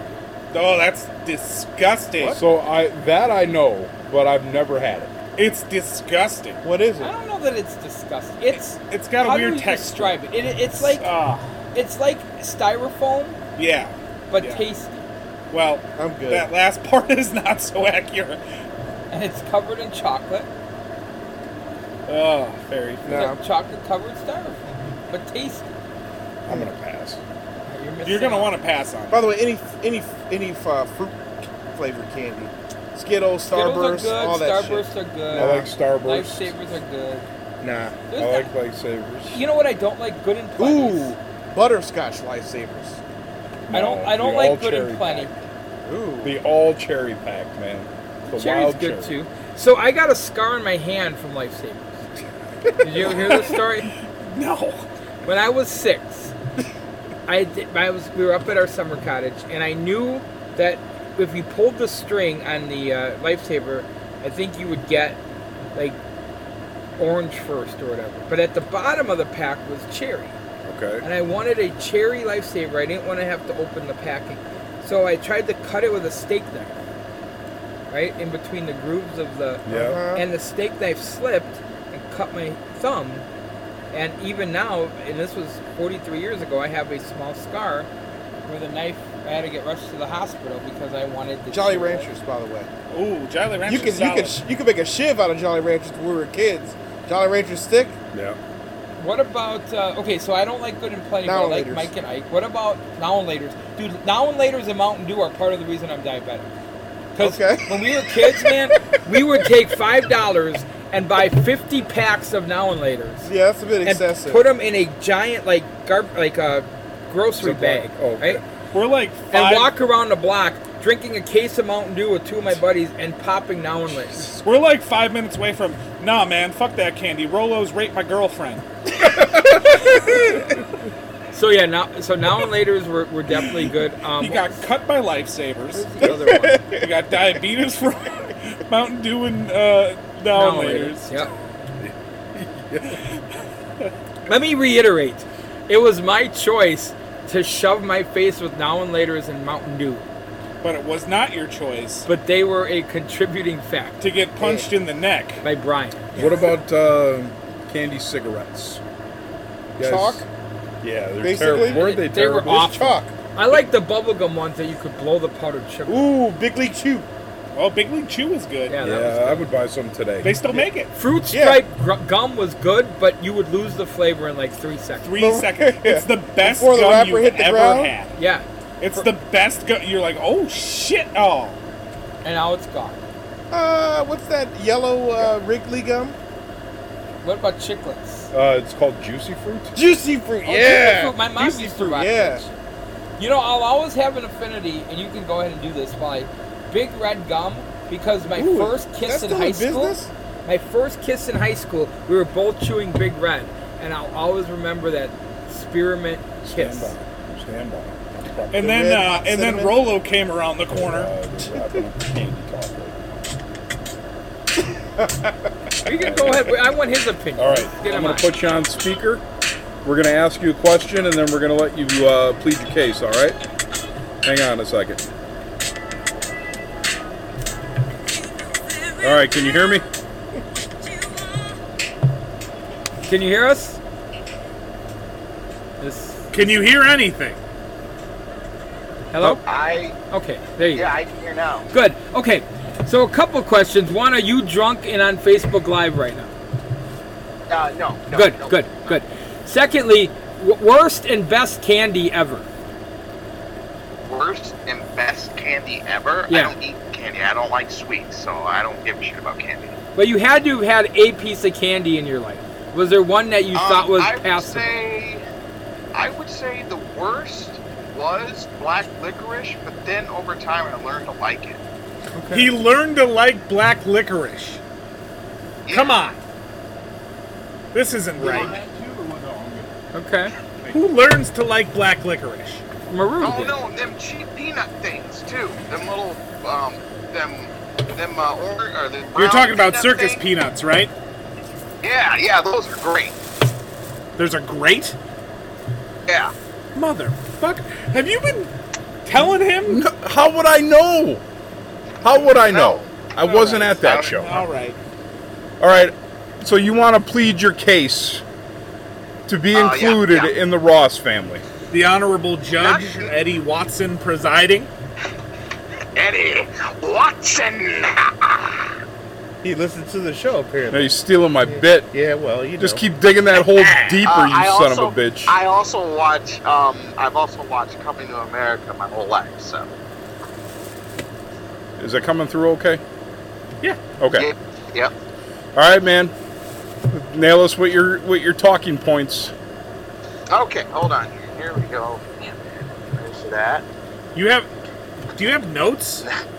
Oh, that's disgusting. So I that I know, but I've never had it. It's disgusting. What is I it? don't know that it's disgusting. It's It's got a how do weird you texture. Describe it. it. It's like Ah, it's like styrofoam, yeah. but Yeah. tasty, Well, I'm good. that last part is not so accurate. and it's covered in chocolate. Oh, very. It's No. like chocolate covered styrofoam, but tasty. I'm gonna pass. You're, missing You're gonna out. want to pass on. By It. the way, any any any uh, fruit flavored candy, Skittles, Skittles are Starburst, good. all that Starbursts shit. are good. I like Starburst. Lifesavers are good. Nah. There's I like not- lightsabers. you know what I don't like? Good and plenty. Ooh, butterscotch lifesavers. I don't. No, I don't the all like good and cherry plenty. pack. Ooh. Uh-huh. The all cherry pack, man. The Cherry's wild good cherry. too. So I got a scar on my hand from Lifesavers. Did you ever hear the story? No. When I was six, I, did, I was we were up at our summer cottage, and I knew that if you pulled the string on the uh, lifesaver, I think you would get like orange first or whatever. But at the bottom of the pack was cherry, Okay. and I wanted a cherry lifesaver. I didn't want to have to open the packing, so I tried to cut it with a steak knife, right in between the grooves of the Yeah. and the steak knife slipped and cut my thumb. And even now, and this was 43 years ago, I have a small scar where the knife. I had to get rushed to the hospital because I wanted the Jolly Ranchers, by the way. Ooh, Jolly Rancher. You can you solid. can you can make a shiv out of Jolly Ranchers when we were kids. Jolly Rancher stick. Yeah. What about uh, okay? So I don't like good and plenty, Now but I like and Laters. Mike and Ike. What about now and later's? Dude, now and later's and Mountain Dew are part of the reason I'm diabetic. Because Okay. when we were kids, man, we would take five dollars and buy 50 packs of now and later's. Yeah, that's a bit and excessive. put them in a giant like garb like a grocery Ziploc. bag, Oh, okay. right? We're like And five. walk around the block drinking a case of Mountain Dew with two of my buddies and popping now and later. We're like five minutes away from. Nah, man, fuck that candy. Rolos rape my girlfriend. So yeah, now so now and later's were, were definitely good. Um, He got cut by lifesavers. the other one. he got diabetes from Mountain Dew and uh, now Now and later. later's. Yep. Let me reiterate. It was my choice to shove my face with now and later's and Mountain Dew, But it was not your choice but they were a contributing fact to get punched in the neck. by Brian. What about uh, candy cigarettes? You guys- Chalk? Yeah, they're Basically? terrible. Weren't they, They were terrible? awful. Chalk. I like the bubblegum ones that you could blow the powdered sugar. Ooh, Big League Chew. Well, Big League Chew was good. Yeah, that was Yeah, I would buy some today. They still make it. Fruit Yeah. stripe gr- gum was good, but you would lose the flavor in like three seconds. Three seconds. It's the best Before the gum wrapper you've hit the ever ground? had. Yeah, It's the best gum. You're like, oh shit! Oh, and now it's gone. Uh, what's that yellow uh, Wrigley gum? What about chiclets? Uh, it's called juicy fruit. Juicy fruit. Oh, yeah. chiclet fruit. My mom Juicy used to fruit, rock yeah. those. You know, I'll always have an affinity, and you can go ahead and do this. By big red gum, because my Ooh, first kiss that's in still high in school, business? my first kiss in high school, we were both chewing big red, and I'll always remember that spearmint Stand kiss. by. Stand by. and The then red uh, and then cinnamon? Rolo came around the corner. Uh, we're wrapping up candy talk right You can go ahead. I want his opinion. now. All right, Get I'm him going on. to put you on speaker. We're going to ask you a question, and then we're going to let you uh, plead your case. All right? Hang on a second. All right, can you hear me? Can you hear us? This Can you hear anything? hello? I Oh. Okay, there you yeah, I can hear now. go. Good. Okay, so a couple questions. One, are you drunk and on Facebook Live right now? Uh, no, no. good, no. good, good. Secondly, w- worst and best candy ever. Worst and best candy ever. Yeah. I don't eat candy. I don't like sweets, so I don't give a shit about candy. But you had to have had a piece of candy in your life. Was there one that you Um, thought was I would passable? say I I would say the worst was black licorice, but then over time I learned to like it. He learned to like black licorice. Yeah. Come on. This isn't right. Okay. Who learns to like black licorice? Maroon. Oh did. no, them cheap peanut things too. Them little um, them them uh, or, or the You're brown talking about peanut circus thing. peanuts, right? Yeah, yeah, those are great. There's a great Yeah, motherfucker. Have you been telling him? No, how would I know? How would I know? I wasn't at that show. All right. All right. So you want to plead your case to be Uh, yeah, included yeah. in the Ross family? The honorable judge Not- Eddie Watson presiding. Eddie Watson. He listened to the show Now apparently. you're stealing my bit. Yeah, well, you Just know. keep digging that hole deeper, Uh, you I son also- of a bitch. I also watch. Um, I've also watched Coming to America my whole life. So Is it coming through okay? Yeah. Okay. Yep, yep. All right, man. Nail us with your with your talking points. Okay, hold on. here. Here we go. There's that. You have. Do you have notes? Uh,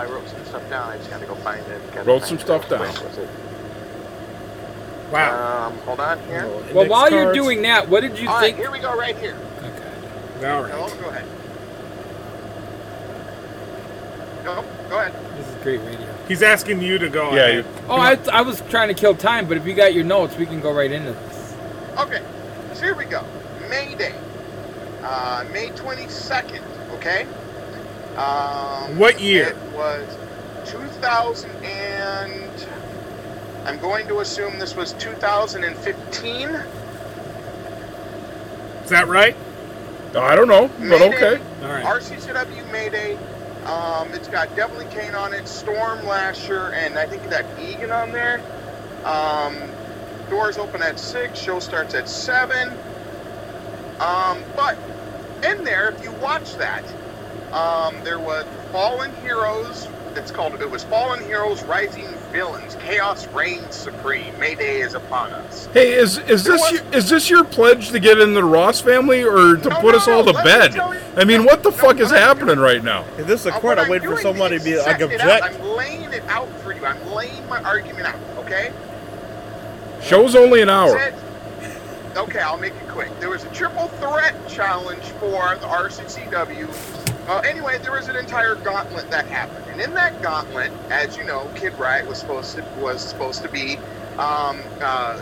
I wrote some stuff down. I just gotta go find it. Gotta Wrote find some it. stuff down. Ah. Where was it? Wow. Um, hold on here. Well, while Index you're cards. doing that, what did you All right, think? here we go. Right here. All Hello, right. go ahead. Go, go ahead. This is great radio. He's asking you to go. Yeah, ahead. Oh, I, I was trying to kill time, but if you got your notes, we can go right into this. Okay, so here we go. May Day, uh, May 22nd. Okay. Um, What year? It was 2000 and. I'm going to assume this was 2015. Is that right? I don't know, but May Day. okay. All right. RCCW Mayday. Um, it's got Devil Kane on it, Storm Lasher, and I think that Egan on there. Um, doors open at six. Show starts at seven. Um, but in there, if you watch that, um, there was Fallen Heroes. It's called. It was Fallen Heroes, Rising Villains. Chaos reigns supreme. Mayday is upon us. Hey, is is You know this what? your, is this your pledge to get into the Ross family or to No, put no, us all no, to let me bed? tell you- I mean, what the No, fuck no, is no, no. happening right now? If this is a Uh, court, what I'm I'm waiting for doing somebody to is be like setting it out. object. I'm laying it out for you. I'm laying my argument out. Okay. Show's only an hour. Said- okay, I'll make it quick. There was a triple threat challenge for the RCCW. Uh, anyway, there was an entire gauntlet that happened, and in that gauntlet, as you know, Kid Riot was supposed to was supposed to be, um, uh,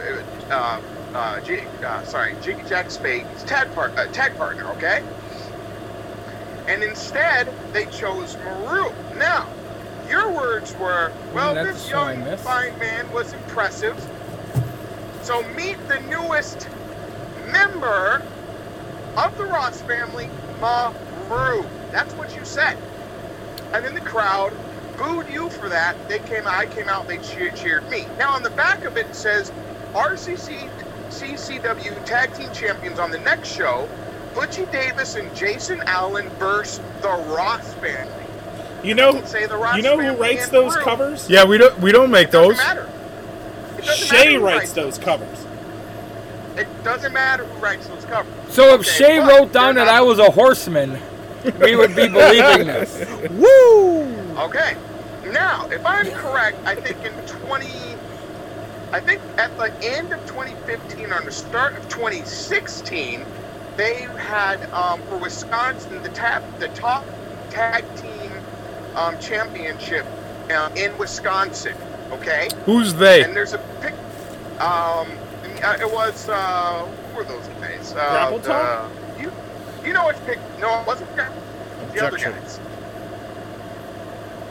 uh, uh, J- uh, sorry, Jiggy Jack Spade's tag part uh, tag partner. Okay, and instead they chose Maru. Now, your words were, well, that's this the show I young missed. fine man was impressive. So meet the newest member of the Ross family, Maru. That's what you said. And then the crowd booed you for that. They came I came out, they cheered, cheered me. Now on the back of it says RCC CCW Tag Team Champions on the next show, Butchie Davis and Jason Allen versus the Ross family. You know. Say the Ross You know who family writes and those Maru. covers? Yeah, we don't we don't make Doesn't those. matter. It doesn't matter Shay who writes those covers. It doesn't matter who writes those covers. So if Okay, Shay but wrote down they're that I not- was a horseman, we would be believing this. Okay. Now, if I'm correct, I think in 20, I think at the end of 2015 or the start of 2016, they had um, for Wisconsin the tap the top tag team um, championship um, in Wisconsin. Okay. Who's they? And there's a pic. Um, uh, it was uh, who were those guys? Uh, Grapple the- Talk? You, you know which pic? No, it wasn't Grapple. The other Objection. guys.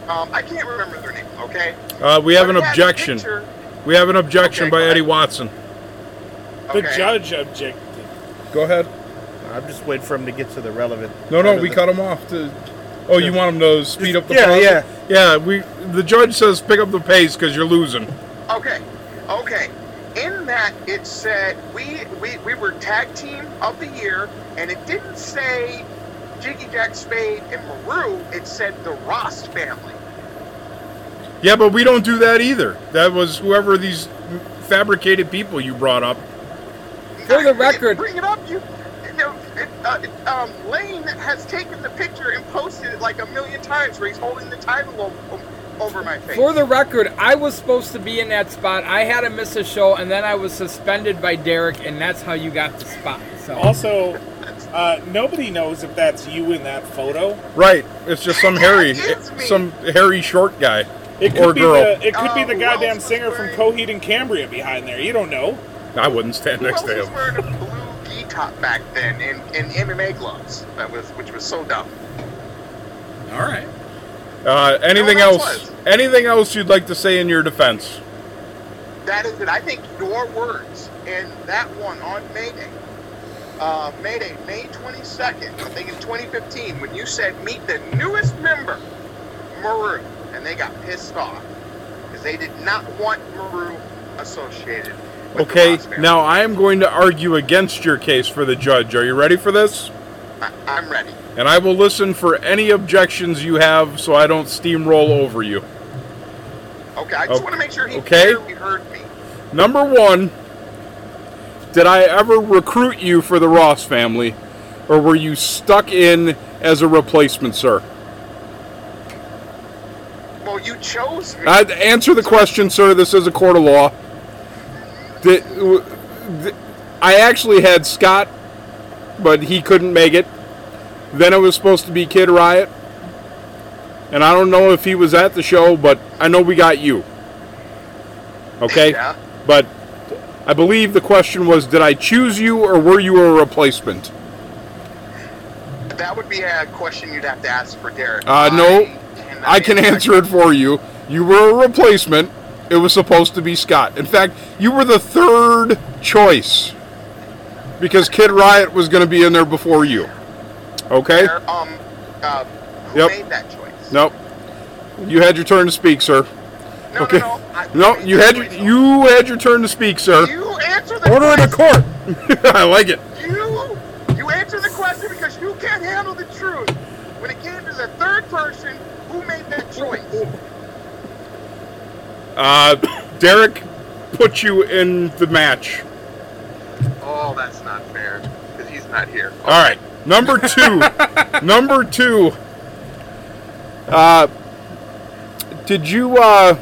Um, I can't remember their name. Okay. Uh, we have But an it had a objection. picture- We have an objection Okay, by go ahead. Eddie Watson. The okay. judge objected. Go ahead. I'm just waiting for him to get to the relevant. No, part no, of we the- cut him off to. Oh, you want him to speed up the Yeah, process? yeah. yeah. We the judge says pick up the pace because you're losing. Okay, okay. In that, it said we, we we were tag team of the year, and it didn't say Jiggy Jack Spade and Maru. It said the Ross family. Yeah, but we don't do that either. That was whoever these fabricated people you brought up. For the record, Bring it up, you. No, it, uh, it, um, Lane has taken the picture and posted it like a million times, where he's holding the title o- o- over my face. For the record, I was supposed to be in that spot. I had to miss a show, and then I was suspended by Derek, and that's how you got the spot. So Also, uh, nobody knows if that's you in that photo. Right. It's just some hairy, eh, It's me. some hairy short guy It could or be girl. the it could be Uh, the who goddamn else was singer from wearing- Coheed and Cambria behind there. You don't know. I wouldn't stand Who next else to was him. wearing a blue gi top back then in, in MMA gloves? That was which was so dumb. All right. Uh, anything No, that's else? wise. Anything else you'd like to say in your defense? That is it. I think your words in that one on Mayday, uh, Mayday, May 22nd, I think in 2015, when you said meet the newest member, Maru, and they got pissed off because they did not want Maru associated. With the Okay. Ross family. Now I am going to argue against your case for the judge. Are you ready for this? I, I'm ready. And I will listen for any objections you have, so I don't steamroll over you. Okay, I just Oh, want to make sure he okay. clearly heard me. Number one, did I ever recruit you for the Ross family, or were you stuck in as a replacement, sir? Well, you chose me. I, answer the question, sir. This is a court of law. Did, w- th- I actually had Scott, but he couldn't make it. Then it was supposed to be Kid Riot. And I don't know if he was at the show, but I know we got you. Okay? Yeah. But I believe the question was did I choose you or were you a replacement? That would be a question you'd have to ask for Derek. Uh, no, cannot I can answer it for you. You were a replacement. It was supposed to be Scott. In fact, you were the third choice because Kid Riot was going to be in there before you. Okay? Derek, Um, uh, who Yep. made that choice? Nope. You had your turn to speak, sir. No, okay. no, no. I- No, you had your, you had your turn to speak, sir. You answer the Order in the question. court. I like it. You, you answer the question because you can't handle the truth. When it came to the third person, who made that choice? Uh, Derek put you in the match. Oh, that's not fair. Because he's not here. All right. Number two. number two. Uh, did you uh,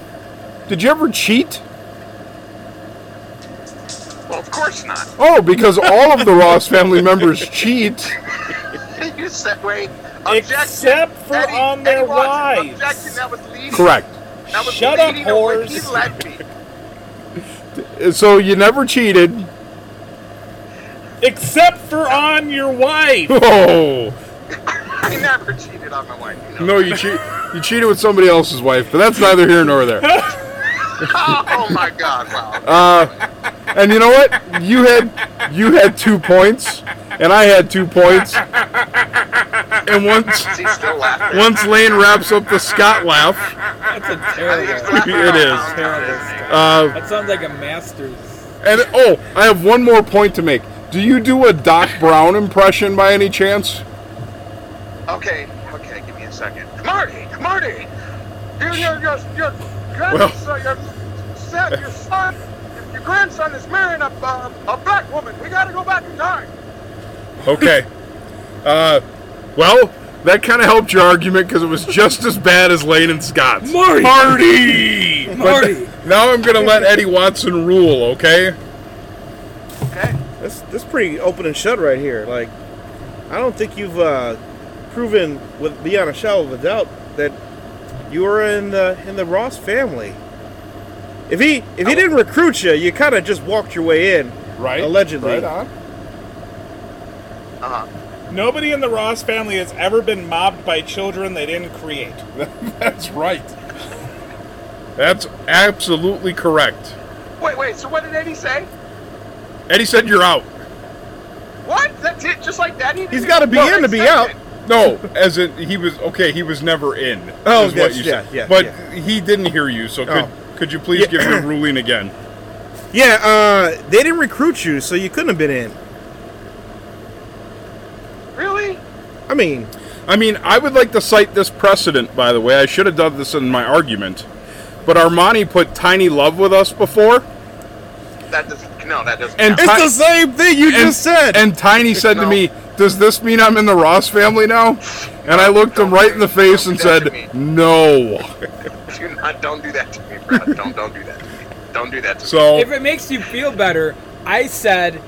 did you ever cheat? Well, of course not. Oh, because all of the Ross family members cheat. you said, wait. Except for Eddie- on their Eddie Watson, wives. Objection, that was leading. Correct. That was Shut up, leading to where He whores. led me. So you never cheated. Except for on your wife. Oh I never cheated on my wife. You know. no, you cheat. You cheated with somebody else's wife, but that's neither here nor there. Oh my God! Wow. Uh, And you know what? You had you had two points, and I had two points. And once He's still laughing. once Lane wraps up the Scott laugh, that's a I think he's terrible. laughing It out is. loud, Terrible. isn't he? uh, That sounds like a master's. and oh, I have one more point to make. Do you do a Doc Brown impression by any chance? Okay, okay, give me a second. Marty, Marty, you, your, your, your Well- grandson, your, son, your son, your grandson is marrying a, a, a black woman. We gotta go back in time. Okay. Uh, well, that kind of helped your argument because it was just as bad as Lane and Scott's. Marty! Marty! But Marty! th- now I'm gonna let Eddie Watson rule. Okay. Okay, That's that's pretty open and shut right here. Like, I don't think you've uh, proven with beyond a shadow of a doubt that you were in the in the Ross family. If he if he didn't recruit you, you kind of just walked your way in, Right. allegedly. Right on. uh-huh. Nobody in the Ross family has ever been mobbed by children they didn't create. That's right. That's absolutely correct. Wait, wait, so what did Eddie say? Eddie said you're out. What? That's it? Just like that? He didn't He's gotta be even- in to be Wait a out. second. No, as in he was okay. He was never in. Oh, is what yes, you yeah, said. yeah, But yeah. he didn't hear you, so could Oh. could you please give your ruling again? Yeah, uh, they didn't recruit you, so you couldn't have been in. Really? I mean, I mean, I would like to cite this precedent. By the way, I should have done this in my argument, but Armani put Tiny Love with us before, That doesn't No, that doesn't. And count. It's the same thing you just said. And Tiny said to No. me, "Does this mean I'm in the Ross family now?" And I looked him right in the face and Don't do said, that to "No." do not, don't do that to me, bro. Don't don't do that to me. Don't do that to me. So If it makes you feel better, I said,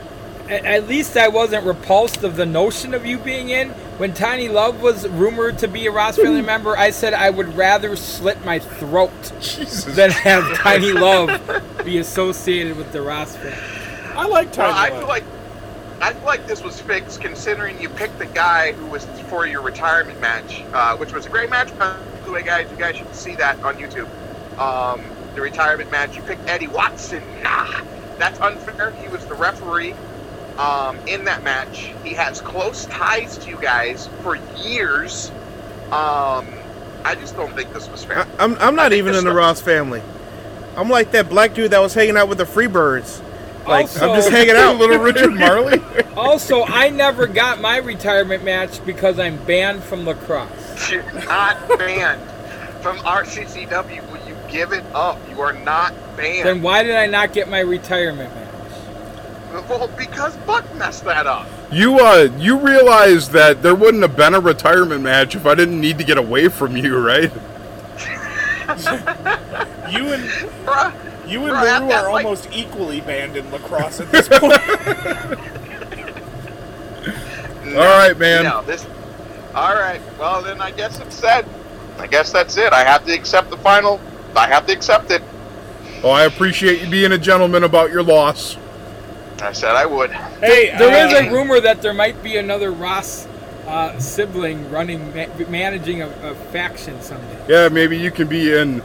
"A- at least I wasn't repulsed of the notion of you being in. When Tiny Love was rumored to be a Ross family member, I said I would rather slit my throat than have Tiny Love be associated with the Ross family. I like Well, Tiny I Love. feel like I feel like this was fixed considering you picked the guy who was for your retirement match, uh, which was a great match. By the way, guys, you guys should see that on YouTube. Um, the retirement match. You picked Eddie Watson. Nah, that's unfair. He was the referee um, in that match. He has close ties to you guys for years. Um, I just don't think this was fair. I, I'm, I'm not even this in the one- Ross family. I'm like that black dude that was hanging out with the Freebirds. Like Also- I'm just hanging out, little Richard Marley. Also, I never got my retirement match because I'm banned from lacrosse. You're not banned from RCCW. Will you give it up? You are not banned. Then why did I not get my retirement match? Well, because Buck messed that up. You uh, you realize that there wouldn't have been a retirement match if I didn't need to get away from you, right? you and Bruh, you and Bruh, that- Maru that, are like- almost equally banned in lacrosse at this point. All right, man. No, this. All right. Well, then I guess it's said. I guess that's it. I have to accept the final. I have to accept it. Oh, I appreciate you being a gentleman about your loss. I said I would. hey, There is a uh, rumor that there might be another Ross uh, sibling running, ma- managing a, a faction someday. Yeah, maybe you can be in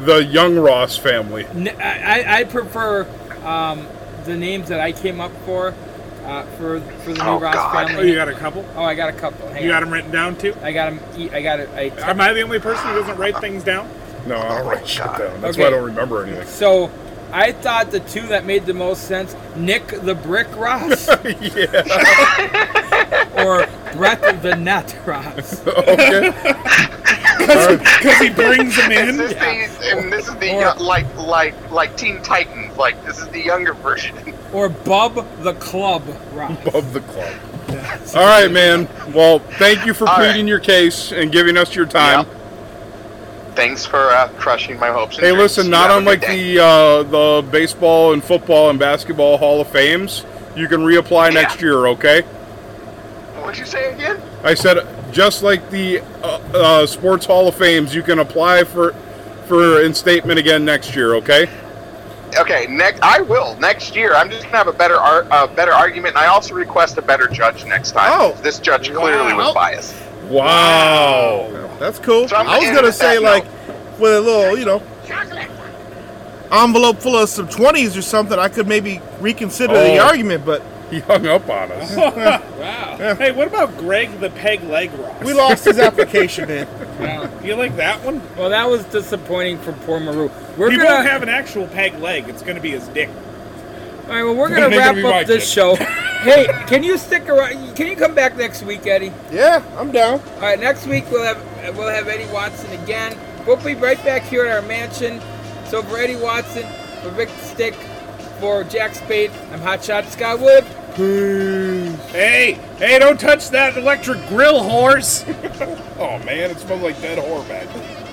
the young Ross family. N- I, I- I prefer um, the names that I came up for uh, for for the new Oh, Ross God. Oh, family. you got a couple. Oh, I got a couple. Hang You got on. them written down too. I got 'em e- I got it. I, Am I the only person who doesn't write things down? No, I don't write shit down. That's why I Okay. don't remember anything. so I thought the two that made the most sense: Nick the Brick Ross yeah. or Brett the Net Ross. Okay. Because he brings them This in. is the and this is the Or- young- like like like Teen Titans. Like this is the younger version. or Bub the Club Rock. Above the club. All right, man. Well, thank you for All right. pleading your case and giving us your time. Yep. Thanks for uh, crushing my hopes. And Hey, dreams. listen, You not have a good unlike day. the uh, the baseball and football and basketball Hall of Fames, you can reapply Yeah. next year, okay? What'd you say again? I said just like the uh, uh, sports Hall of Fames, you can apply for for instatement again next year, okay? Okay, next I will next year. I'm just gonna have a better ar- uh, better argument. And I also request a better judge next time. Oh. this judge clearly Wow. was biased. Wow. Oh. That's cool. So I'm I was in gonna with say that, like no. with a little, you know, envelope full of some twenties or something, I could maybe reconsider the Oh. argument, but He hung up on us. Wow. Hey, what about Greg the Peg Leg Ross? we lost his application in. Wow. You like that one? Well, that was disappointing for poor Maru. We're he gonna won't have an actual peg leg. It's going to be his dick. all right. Well, we're gonna They're wrap gonna be my up this kid. show. hey, can you stick around? Can you come back next week, Eddie? Yeah, I'm down. All right, next week we'll have we'll have Eddie Watson again. We'll be right back here at our mansion. So for Eddie Watson, for Vic Stick, for Jack Spade, I'm Hotshot Scott Wood. Hey, hey, don't touch that electric grill horse. Oh man, it smells like dead whore back.